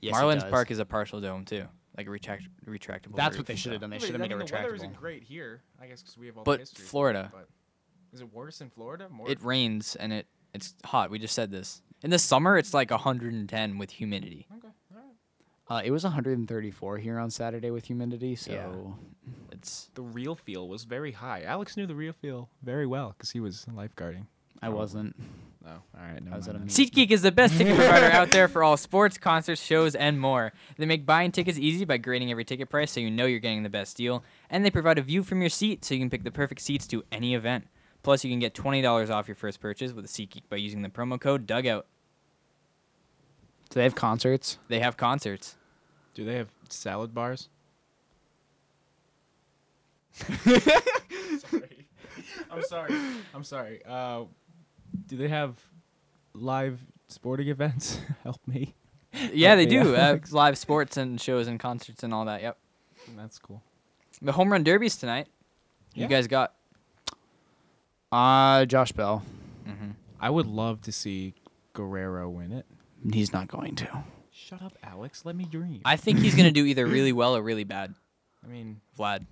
Yes, it
Marlins
does.
Park is a partial dome too, like a retract- retractable.
That's
roof,
what they should have
so.
done. They
Yeah, but
should have
I
made
mean,
it
the weather
retractable.
isn't great here, I guess, because we have all
But
the history. from it,
Florida.
but is it worse in Florida? More
It rains and it it's hot. We just said this. In the summer, it's like 110 with humidity.
Uh, it was 134 here on Saturday with humidity, so
It's
The real feel was very high. Alex knew the real feel very well because he was lifeguarding.
Oh.
I wasn't.
No, all right, no.
I was at a meet.
SeatGeek is the best ticket provider out there for all sports, concerts, shows, and more. They make buying tickets easy by grading every ticket price so you know you're getting the best deal, and they provide a view from your seat so you can pick the perfect seats to any event. Plus, you can get $20 off your first purchase with SeatGeek by using the promo code DUGOUT.
Do they have concerts?
They have concerts.
Do they have salad bars?
I'm sorry.
I'm sorry. Uh, do they have live sporting events? Help me.
Yeah, they
Yeah.
do. Uh, live sports and shows and concerts and all that. Yep.
That's cool.
The home run derbies tonight.
Yeah.
You guys got
Uh, Josh Bell.
I would love to see Guerrero win it.
He's not going to.
Shut up, Alex. Let me dream.
I think he's gonna do either really well or really bad,
I mean,
Vlad,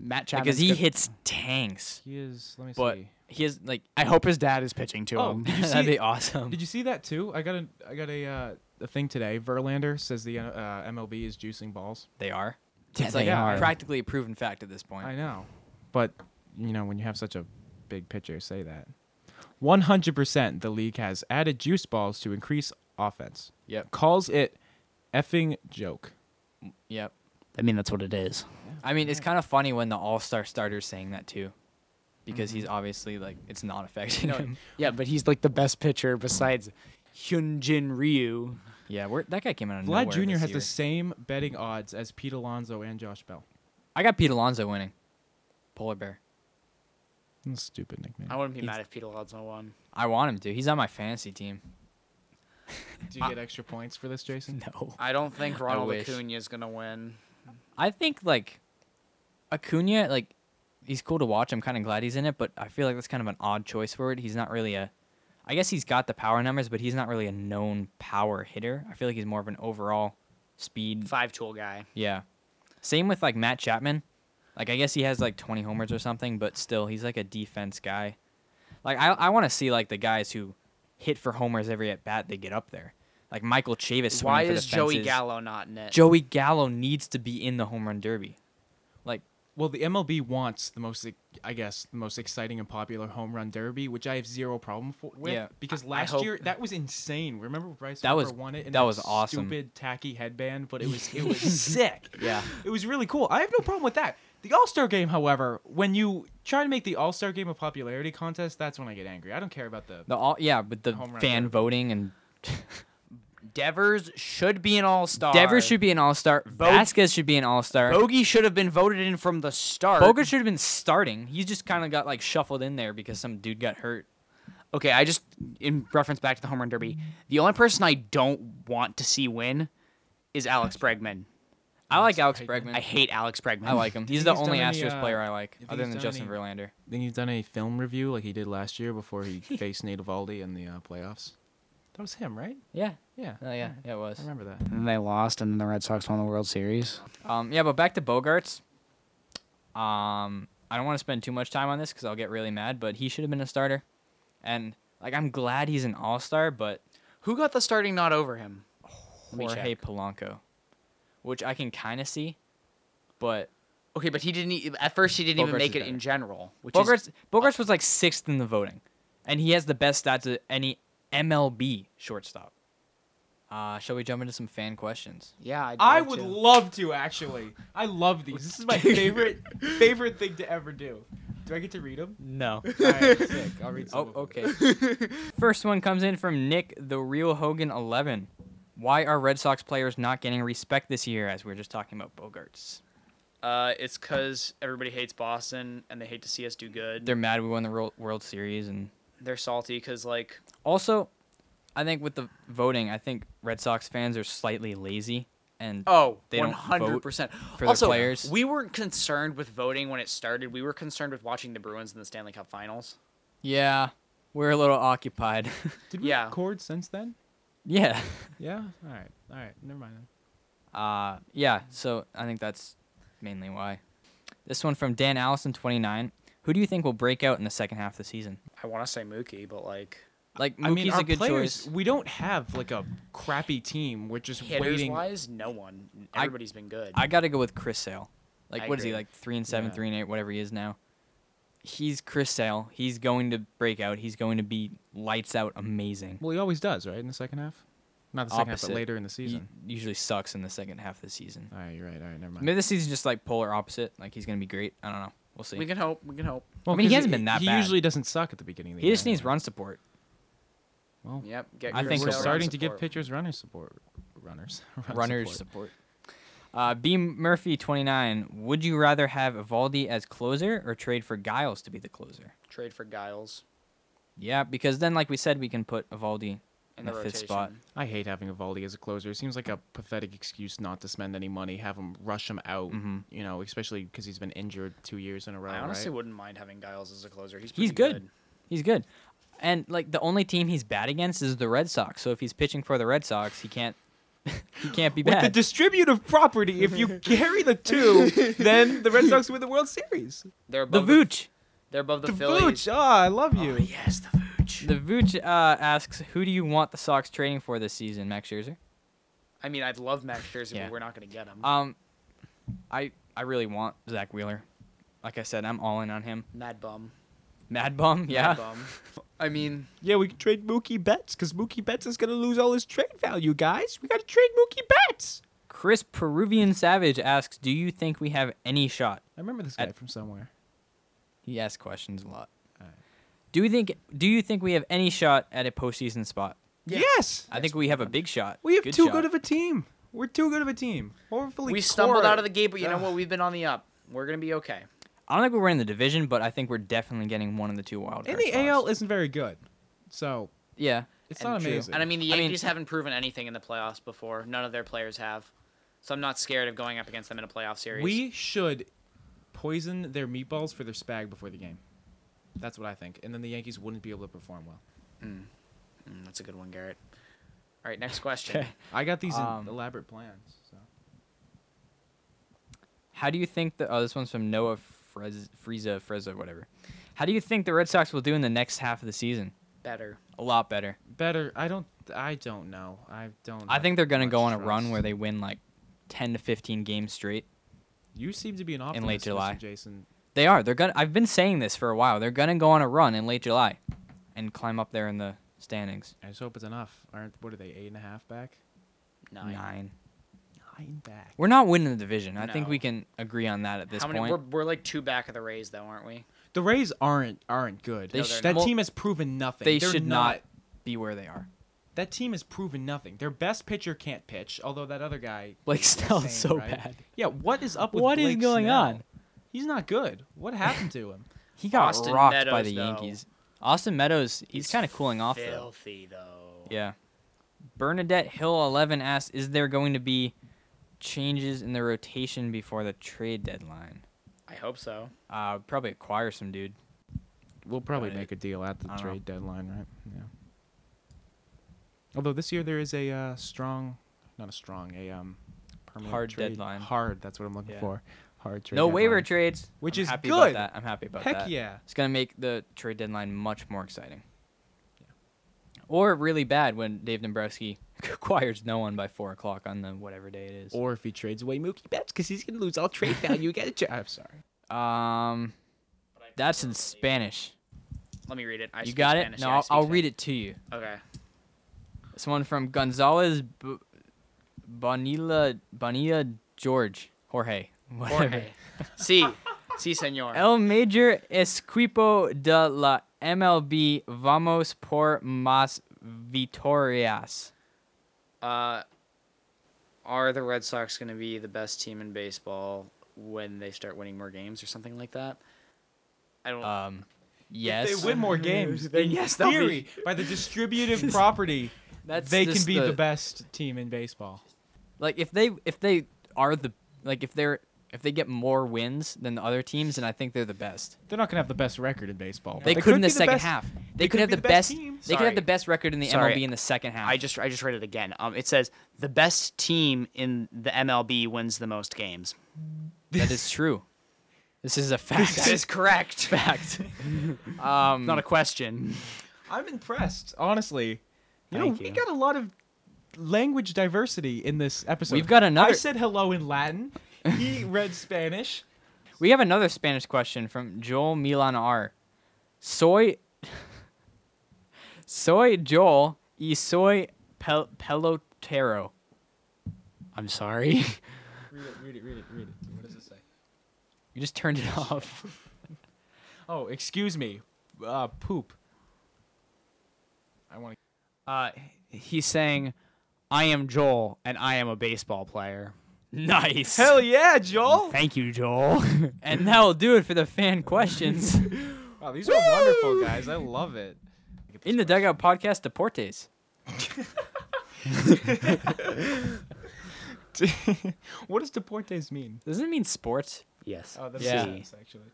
Matt Chapman.
because he hits tanks.
he is. Let me
But
see.
he is like
I hope his dad is pitching to
Oh.
him.
Did you
that'd
see-
be awesome.
Did you see that too? I got a I got a uh, a thing today. Verlander says the uh, MLB is juicing balls.
They are.
Yeah,
it's like
they are.
practically a proven fact at this point.
I know, but you know when you have such a big pitcher, say that. One hundred percent, the league has added juice balls to increase offense.
Yep.
Calls it effing joke.
Yep.
I mean, that's what it is.
I mean, it's kind of funny when the all-star starter's saying that too, because he's obviously like it's not affecting him.
Yeah, but he's like the best pitcher besides Hyunjin Ryu.
Yeah, we're, that guy came out of
Vlad
nowhere.
Jr.
this
has
year.
the same betting odds as Pete Alonso and Josh Bell.
I got Pete Alonso winning. Polar bear.
That's a stupid nickname.
I wouldn't be mad if Peter Alonso won.
I want him to. He's on my fantasy team.
Do you get extra points for this, Jason?
No.
I don't think Ronald
wish.
Acuna is gonna win.
I think like Acuna, like he's cool to watch. I'm kind of glad he's in it, but I feel like that's kind of an odd choice for it. He's not really a. I guess he's got the power numbers, but he's not really a known power hitter. I feel like he's more of an overall speed.
Five tool guy.
Yeah. Same with like Matt Chapman. Like I guess he has like 20 homers or something, but still he's like a defense guy. Like I I want to see like the guys who hit for homers every at bat they get up there. Like Michael Chavis. swinging
Why
for the
is Joey
fences.
Gallo not in it?
Joey Gallo needs to be in the home run derby. Like
Well, the MLB wants the most, I guess, the most exciting and popular home run derby, which I have zero problem for, with.
Yeah.
Because
I
last
hope-
year that was insane. Remember when Bryce
That
Harper
was-
won it, and
that was awesome.
Stupid tacky headband, but it was it was sick.
Yeah.
It was really cool. I have no problem with that. The All Star Game, however, when you try to make the All Star Game a popularity contest, that's when I get angry. I don't care about the.
the all yeah, but the
Home run
fan
derby.
voting and
Devers should be an all star.
Devers should be an all star. Vasquez should be an all star.
Bogey should have been voted in from the start.
Bogart should have been starting. He's just kind of got like shuffled in there because some dude got hurt.
Okay, I just in reference back to the home run derby, the only person I don't want to see win is Alex Bregman.
I like Alex
Bregman.
Bregman.
I hate Alex Bregman.
I like him. He's
think
the
he's
only
done any,
Astros
uh,
player I like,
you think
other
he's
than
done
Justin
any-
Verlander.
Then he's done a film review like he did last year before he faced Nate Evaldi in the uh, playoffs. That was him, right?
Yeah.
Yeah,
Uh, yeah, yeah, it was.
I remember that.
And then they lost, and then the Red Sox won the World Series.
Um, yeah, but back to Bogarts. Um, I don't want to spend too much time on this because I'll get really mad, but he should have been a starter. And like, I'm glad he's an All Star, but
Who got the starting nod over him? Let me
Jorge
check.
Polanco, which I can kind of see, but
Okay, but he didn't. e- At first, he didn't
Bogarts
even make
is
it in
better.
general. Which is-
Bogarts Bogarts was like sixth in the voting, and he has the best stats of any MLB shortstop. Uh, shall we jump into some fan questions?
yeah, I'd
I
like
would
to.
love to actually. I love these. This is my favorite favorite thing to ever do. Do I get to read them?
No.
All right, sick. I'll read some.
Oh, okay. First one comes in from Nick, the real Hogan 11. Why are Red Sox players not getting respect this year, as we were just talking about Bogarts?
Uh, it's because everybody hates Boston and they hate to see us do good.
They're mad we won the Ro- World Series. And
They're salty because like
also, I think with the voting, I think Red Sox fans are slightly lazy. And
Oh,
They don't vote
100%.
for their
also,
players.
we weren't concerned with voting when it started. We were concerned with watching the Bruins in the Stanley Cup Finals.
yeah, we're a little occupied.
Did we
Yeah.
record since then?
yeah.
Yeah. All right. All right. Never mind. then.
Uh, yeah, so I think that's mainly why. This one from Dan Allison29. Who do you think will break out in the second half of the season?
I want to say Mookie, but like
Like, Mookie's
I mean, our
a good
players.
choice.
We don't have like a crappy team. We're just
hitters
waiting.
wise, no one.
I-
Everybody's been good.
I gotta go with Chris Sale. Like
I
what is he
agree.
like three and seven,
Yeah.
three and eight, whatever he is now. He's Chris Sale. He's going to break out. He's going to be lights out, amazing.
Well, he always does, right? In the second half. Not the second half,
Opposite.
but later in the
He
season.
usually sucks in the second half of the season.
All right. You're right. All right. Never mind.
Maybe this season's just like polar opposite. Like he's gonna be great. I don't know. We'll see.
We can hope. We can hope.
I mean, he
'cause
hasn't been that
He
bad.
usually doesn't suck at the beginning of the
he
year.
just needs run support.
Well,
Yep. Get
I
Chris
think
we're
so.
Sale
starting
run
to give
support.
pitchers runner support. Runners. Run
Runners
support.
support. Uh, B Murphy twenty nine. Would you rather have Evaldi as closer or trade for Giles to be the closer?
Trade for Giles
Yeah, because then like we said, we can put Evaldi
in
The
the,
fifth
rotation.
spot.
I hate having Evaldi as a closer. It seems like a pathetic excuse not to spend any money, have him rush him out,
Mm-hmm.
Mhm.
you know, especially because he's been injured two years in a row.
I honestly
right?
wouldn't mind having Giles as a closer. He's
He's
pretty
good. He's good. And like the only team he's bad against is the Red Sox. So if he's pitching for the Red Sox, he can't he can't be
With the
bad.
distributive property, if you carry the two, then the Red Sox win the World Series.
They're
the
above the,
Vooch.
they're above the,
The
Phillies.
Vooch. Ah, I love you.
Oh, yes, the Vooch.
The Vooch uh, asks, "Who do you want the Sox trading for this season, Max Scherzer?"
I mean, I'd love Max Scherzer,
Yeah.
but we're not going to get him.
Um, I I really want Zach Wheeler. Like I said, I'm all in on him.
Mad bum.
Mad bum, yeah.
Mad bum. I mean,
Yeah, we can trade Mookie Betts because Mookie Betts is gonna lose all his trade value, guys. We gotta trade Mookie Betts.
Chris Peruvian Savage asks, "Do you think we have any shot?"
I remember this guy
At-
from somewhere.
He asks questions a lot.
Alright.
Do you think do you think we have any shot at a postseason spot?
Yes,
I think we have a big shot.
we have too
shot.
good of a team. We're too good of a team. Hopefully,
we stumbled
Cora-
out of the gate, but you know
Ugh.
what? We've been on the up. We're going to be okay.
I don't think we're winning the division, but I think we're definitely getting one of the two wild
And
card
the
spots.
AL isn't very good, so
yeah,
it's
And
not
true.
amazing.
And I mean, the
I mean-
Yankees haven't proven anything in the playoffs before. None of their players have. So I'm not scared of going up against them in a playoff series.
we should poison their meatballs for their spag before the game. That's what I think. And then the Yankees wouldn't be able to perform well.
Mm, that's a good one, Garrett. All right, next question.
I got these in-
Um,
elaborate plans. So.
How do you think the? Oh, this one's from Noah Frez, Frieza, Freza, whatever. How do you think the Red Sox will do in the next half of the season?
Better.
A lot better.
Better. I don't. I don't know. I don't.
I
have
think they're gonna
much
go on a
trust.
run where they win like ten to fifteen games straight.
You seem to be an optimist
late
Mr.
July.
Jason.
They are. They're gonna. I've been saying this for a while. They're gonna go on a run in late July, and climb up there in the standings.
I just hope it's enough. Aren't what are they eight and a half back?
Nine.
Nine.
Nine back.
We're not winning the division. I think
No.
we can agree on that at this
How many?
point.
We're, we're like two back of the Rays, though, aren't we?
The Rays aren't aren't good.
They No, they're
that
not.
team has proven nothing.
they
They're
should not be where they are.
That team has proven nothing. Their best pitcher can't pitch, although that other guy.
Blake Snell's
insane,
so
right?
bad.
Yeah, what is up with
What is
Blake
going
Snell?
on?
He's not good. What happened to him?
He got
Austin
rocked by
Meadows,
the
though.
Yankees. Austin Meadows, he's,
He's
kind of cooling off though.
Filthy though.
Yeah. Bernadette Hill 11 asks, is there going to be changes in the rotation before the trade deadline?
I hope so.
Uh, probably acquire some dude.
We'll probably
Right.
make a deal at the
I don't know.
trade deadline, right? Yeah. Although this year there is a uh, strong, not a strong, a um, permanent
Hard
trade-
deadline.
Hard. That's what I'm looking
Yeah.
for. Hard trade.
no waiver
deadline.
trades,
Which
I'm
is
happy About
good.
that. I'm happy about
Heck
that.
yeah.
It's gonna make the trade deadline much more exciting. Or really bad when Dave Dombrowski acquires no one by four o'clock on the whatever day it is.
Or if he trades away Mookie Betts, because he's gonna lose all trade value. Get it? I'm sorry.
um, that's in Spanish.
Let me read it. I
you
speak
got it?
Spanish,
No,
yeah, I
I'll,
speak
I'll
Spanish.
read it to you.
Okay.
This one from Gonzalez B- Bonilla Bonilla George Jorge. Whatever.
Jorge. si. Si, senor.
El Major Esquipo de la MLB Vamos por más victorias.
uh, are the Red Sox going to be the best team in baseball when they start winning more games or something like that? I don't.
Um, yes.
If they win more games.
Then
in
yes, they'll be-
theory, by the distributive property,
That's
they can
just
be the best team in baseball.
Like if they if they are the like if they're if they get more wins than the other teams, then I think they're the best.
They're not gonna have the best record in baseball.
They,
but
could in
could
the
be the
second
best-
half. They,
they
could
could
have
be
the
the best
best.
team.
they could have
Sorry.
the best record in the
Sorry.
MLB in the second half.
I just I just read it again. Um, it says the best team in the MLB wins the most games.
that is true. This is a fact.
That is correct. Fact.
um,
Not a question.
I'm impressed.
honestly, you know,
Thank
we
you.
got a lot of language diversity in this episode.
We've got another.
I said hello in Latin. He read Spanish.
We have another Spanish question from Joel Milan R. Soy, soy Joel y soy pel- pelotero.
I'm sorry.
Read it, read it, read it, read it. What does it say?
You just turned it off.
Oh, excuse me. Uh, poop. I want
Uh,
He's saying, "I am Joel, and I am a baseball player."
Nice.
Hell yeah, Joel!
Thank you, Joel.
And that'll do it for the fan questions
to. Wow, these are wonderful, guys. I love it.
in the dugout podcast Deportes.
what does deportes mean?
Doesn't it mean sports?
yes.
Oh, that's
Yeah.
sense, actually.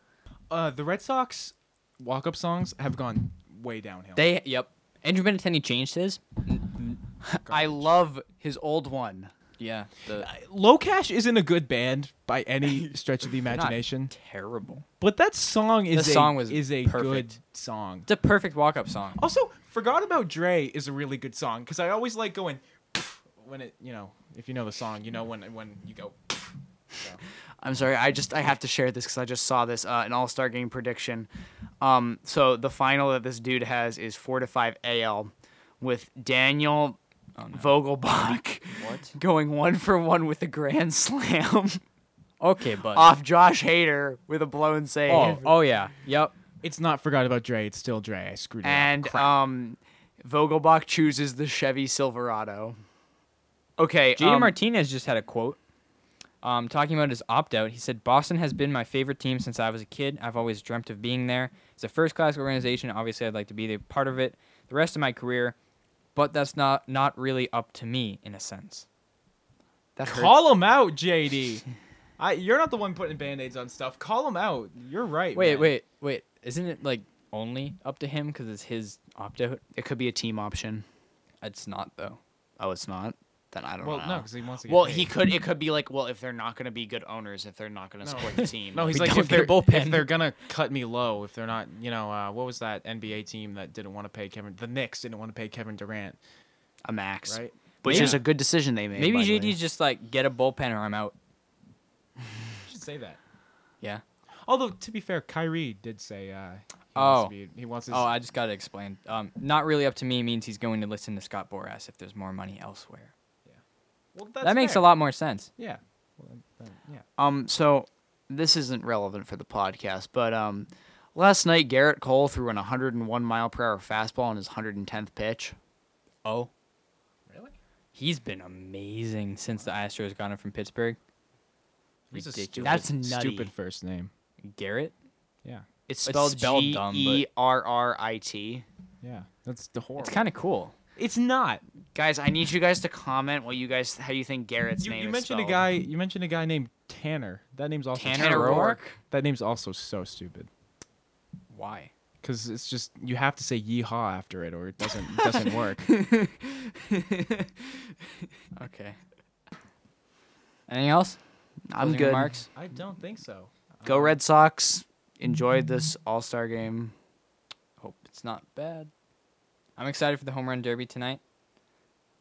Uh, the Red Sox walk-up songs have gone way downhill.
They yep. Andrew Benintendi changed his.
I love his old one.
Yeah. The
Low Cash isn't a good band by any stretch of the imagination,
terrible.
but that song is
The
a,
song was
is a good
perfect.
song.
It's a perfect walk-up song.
Also, "Forgot About Dre" is a really good song because I always like going when it, you know, if you know the song, you know when when you go.
I'm sorry. I just I have to share this because I just saw this uh, an All Star game prediction. Um, so the final that this dude has is four to five AL, with Daniel
Oh,
Vogelbach
What?
going one for one with a grand slam
Okay, but
off Josh Hader with a blown save,
oh, oh yeah. Yep.
It's not "Forgot About Dre." It's still Dre. I screwed it
and
up.
um, Vogelbach chooses the Chevy Silverado. Okay,
JD
um,
Martinez just had a quote um, talking about his opt out. He said, Boston has been my favorite team since I was a kid. I've always dreamt of being there. It's a first class organization. Obviously, I'd like to be a part of it the rest of my career, but that's not, not really up to me in a sense.
that hurt.
Call him out, JD. I, you're not the one putting band-aids on stuff. Call him out. You're right.
Wait,
man.
wait, wait. Isn't it like only up to him because it's his opt out?
it could be a team option.
It's not, though.
Oh, it's not. Then I don't
Well,
know.
no, because he wants to. Get
Well,
paid.
he could. It could be like, well, if they're not going to be good owners, if they're not going to support the team.
No, he's
We
like
don't
if
get
they're
a bullpen.
if they're gonna cut me low, if they're not, you know, uh, what was that NBA team that didn't want to pay Kevin? The Knicks didn't want to pay Kevin Durant,
a max,
right?
which
Maybe-
is a good decision they made.
Maybe
by the way.
JD's just like, get a bullpen or I'm out.
You should say that.
Yeah.
Although to be fair, Kyrie did say uh, he,
Oh.
wants to be, he wants his.
Oh, I just got to explain. Um, not really up to me means he's going to listen to Scott Boras if there's more money elsewhere.
well, that's
that makes
fair.
a lot more sense.
Yeah. Well, then- then, yeah.
Um, so this isn't relevant for the podcast, but um, last night Garrett Cole threw an 101 mile per hour fastball on his 110th pitch.
Oh,
Really?
he's been amazing since the Astros got him from Pittsburgh.
He's a
Ridiculous.
stupid,
That's nutty.
stupid first name.
Garrett.
Yeah.
It's
It's
spelled,
spelled dumb, but-
G E R R I T.
Yeah. That's the horror.
It's kind of cool.
It's not.
Guys, I need you guys to comment what you guys how you think Garrett's
You,
name
you
is
mentioned a
spelled.
guy. You mentioned a guy named Tanner. That name's also
Tanner
stupid.
Roark?
That name's also so stupid.
Why?
Because it's just you have to say yeehaw after it, or it doesn't it doesn't work.
Okay.
Anything else?
I'm
Closing
good.
Remarks?
I don't think so.
Go Red Sox. Enjoy this All Star game.
Hope it's not bad. I'm excited for the home run derby tonight.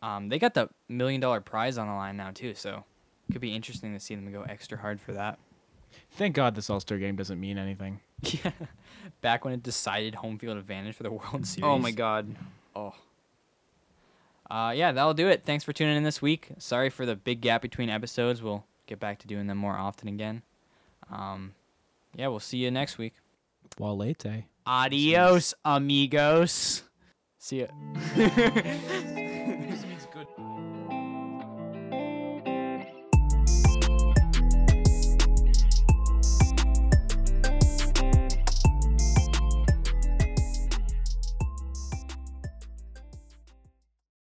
Um, they got the million dollar prize on the line now too, so could be interesting to see them go extra hard for that.
Thank God this All Star game doesn't mean anything.
Yeah, back when it decided home field advantage for the World Series.
Oh my God.
Oh. Uh, yeah, that'll do it. Thanks for tuning in this week. Sorry for the big gap between episodes. We'll get back to doing them more often again. Um, yeah, we'll see you next week.
While late day.
Adios, amigos.
See ya.